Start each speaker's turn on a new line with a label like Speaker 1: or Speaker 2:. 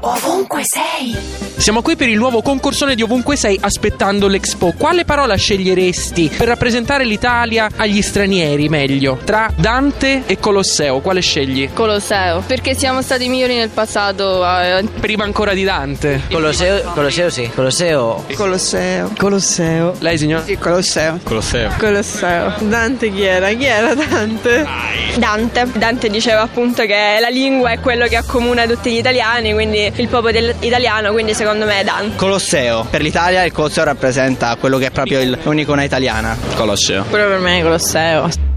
Speaker 1: Ovunque sei!
Speaker 2: Siamo qui per il nuovo concorsone di Ovunque Sei aspettando l'Expo. Quale parola sceglieresti per rappresentare l'Italia agli stranieri meglio? Tra Dante e Colosseo, quale scegli?
Speaker 3: Colosseo, perché siamo stati migliori nel passato. eh,
Speaker 2: Prima ancora di Dante.
Speaker 4: Colosseo, Colosseo sì, Colosseo
Speaker 5: Colosseo. Colosseo.
Speaker 2: Lei signor?
Speaker 5: Sì, Colosseo.
Speaker 6: Colosseo.
Speaker 5: Colosseo. Dante chi era? Chi era Dante?
Speaker 3: Dante. Dante diceva appunto che la lingua è quello che accomuna tutti gli italiani, quindi il popolo del- italiano, quindi secondo me è Dante.
Speaker 7: Colosseo. Per l'Italia il Colosseo rappresenta quello che è proprio il- un'icona italiana.
Speaker 6: Colosseo.
Speaker 3: Quello per me è Colosseo.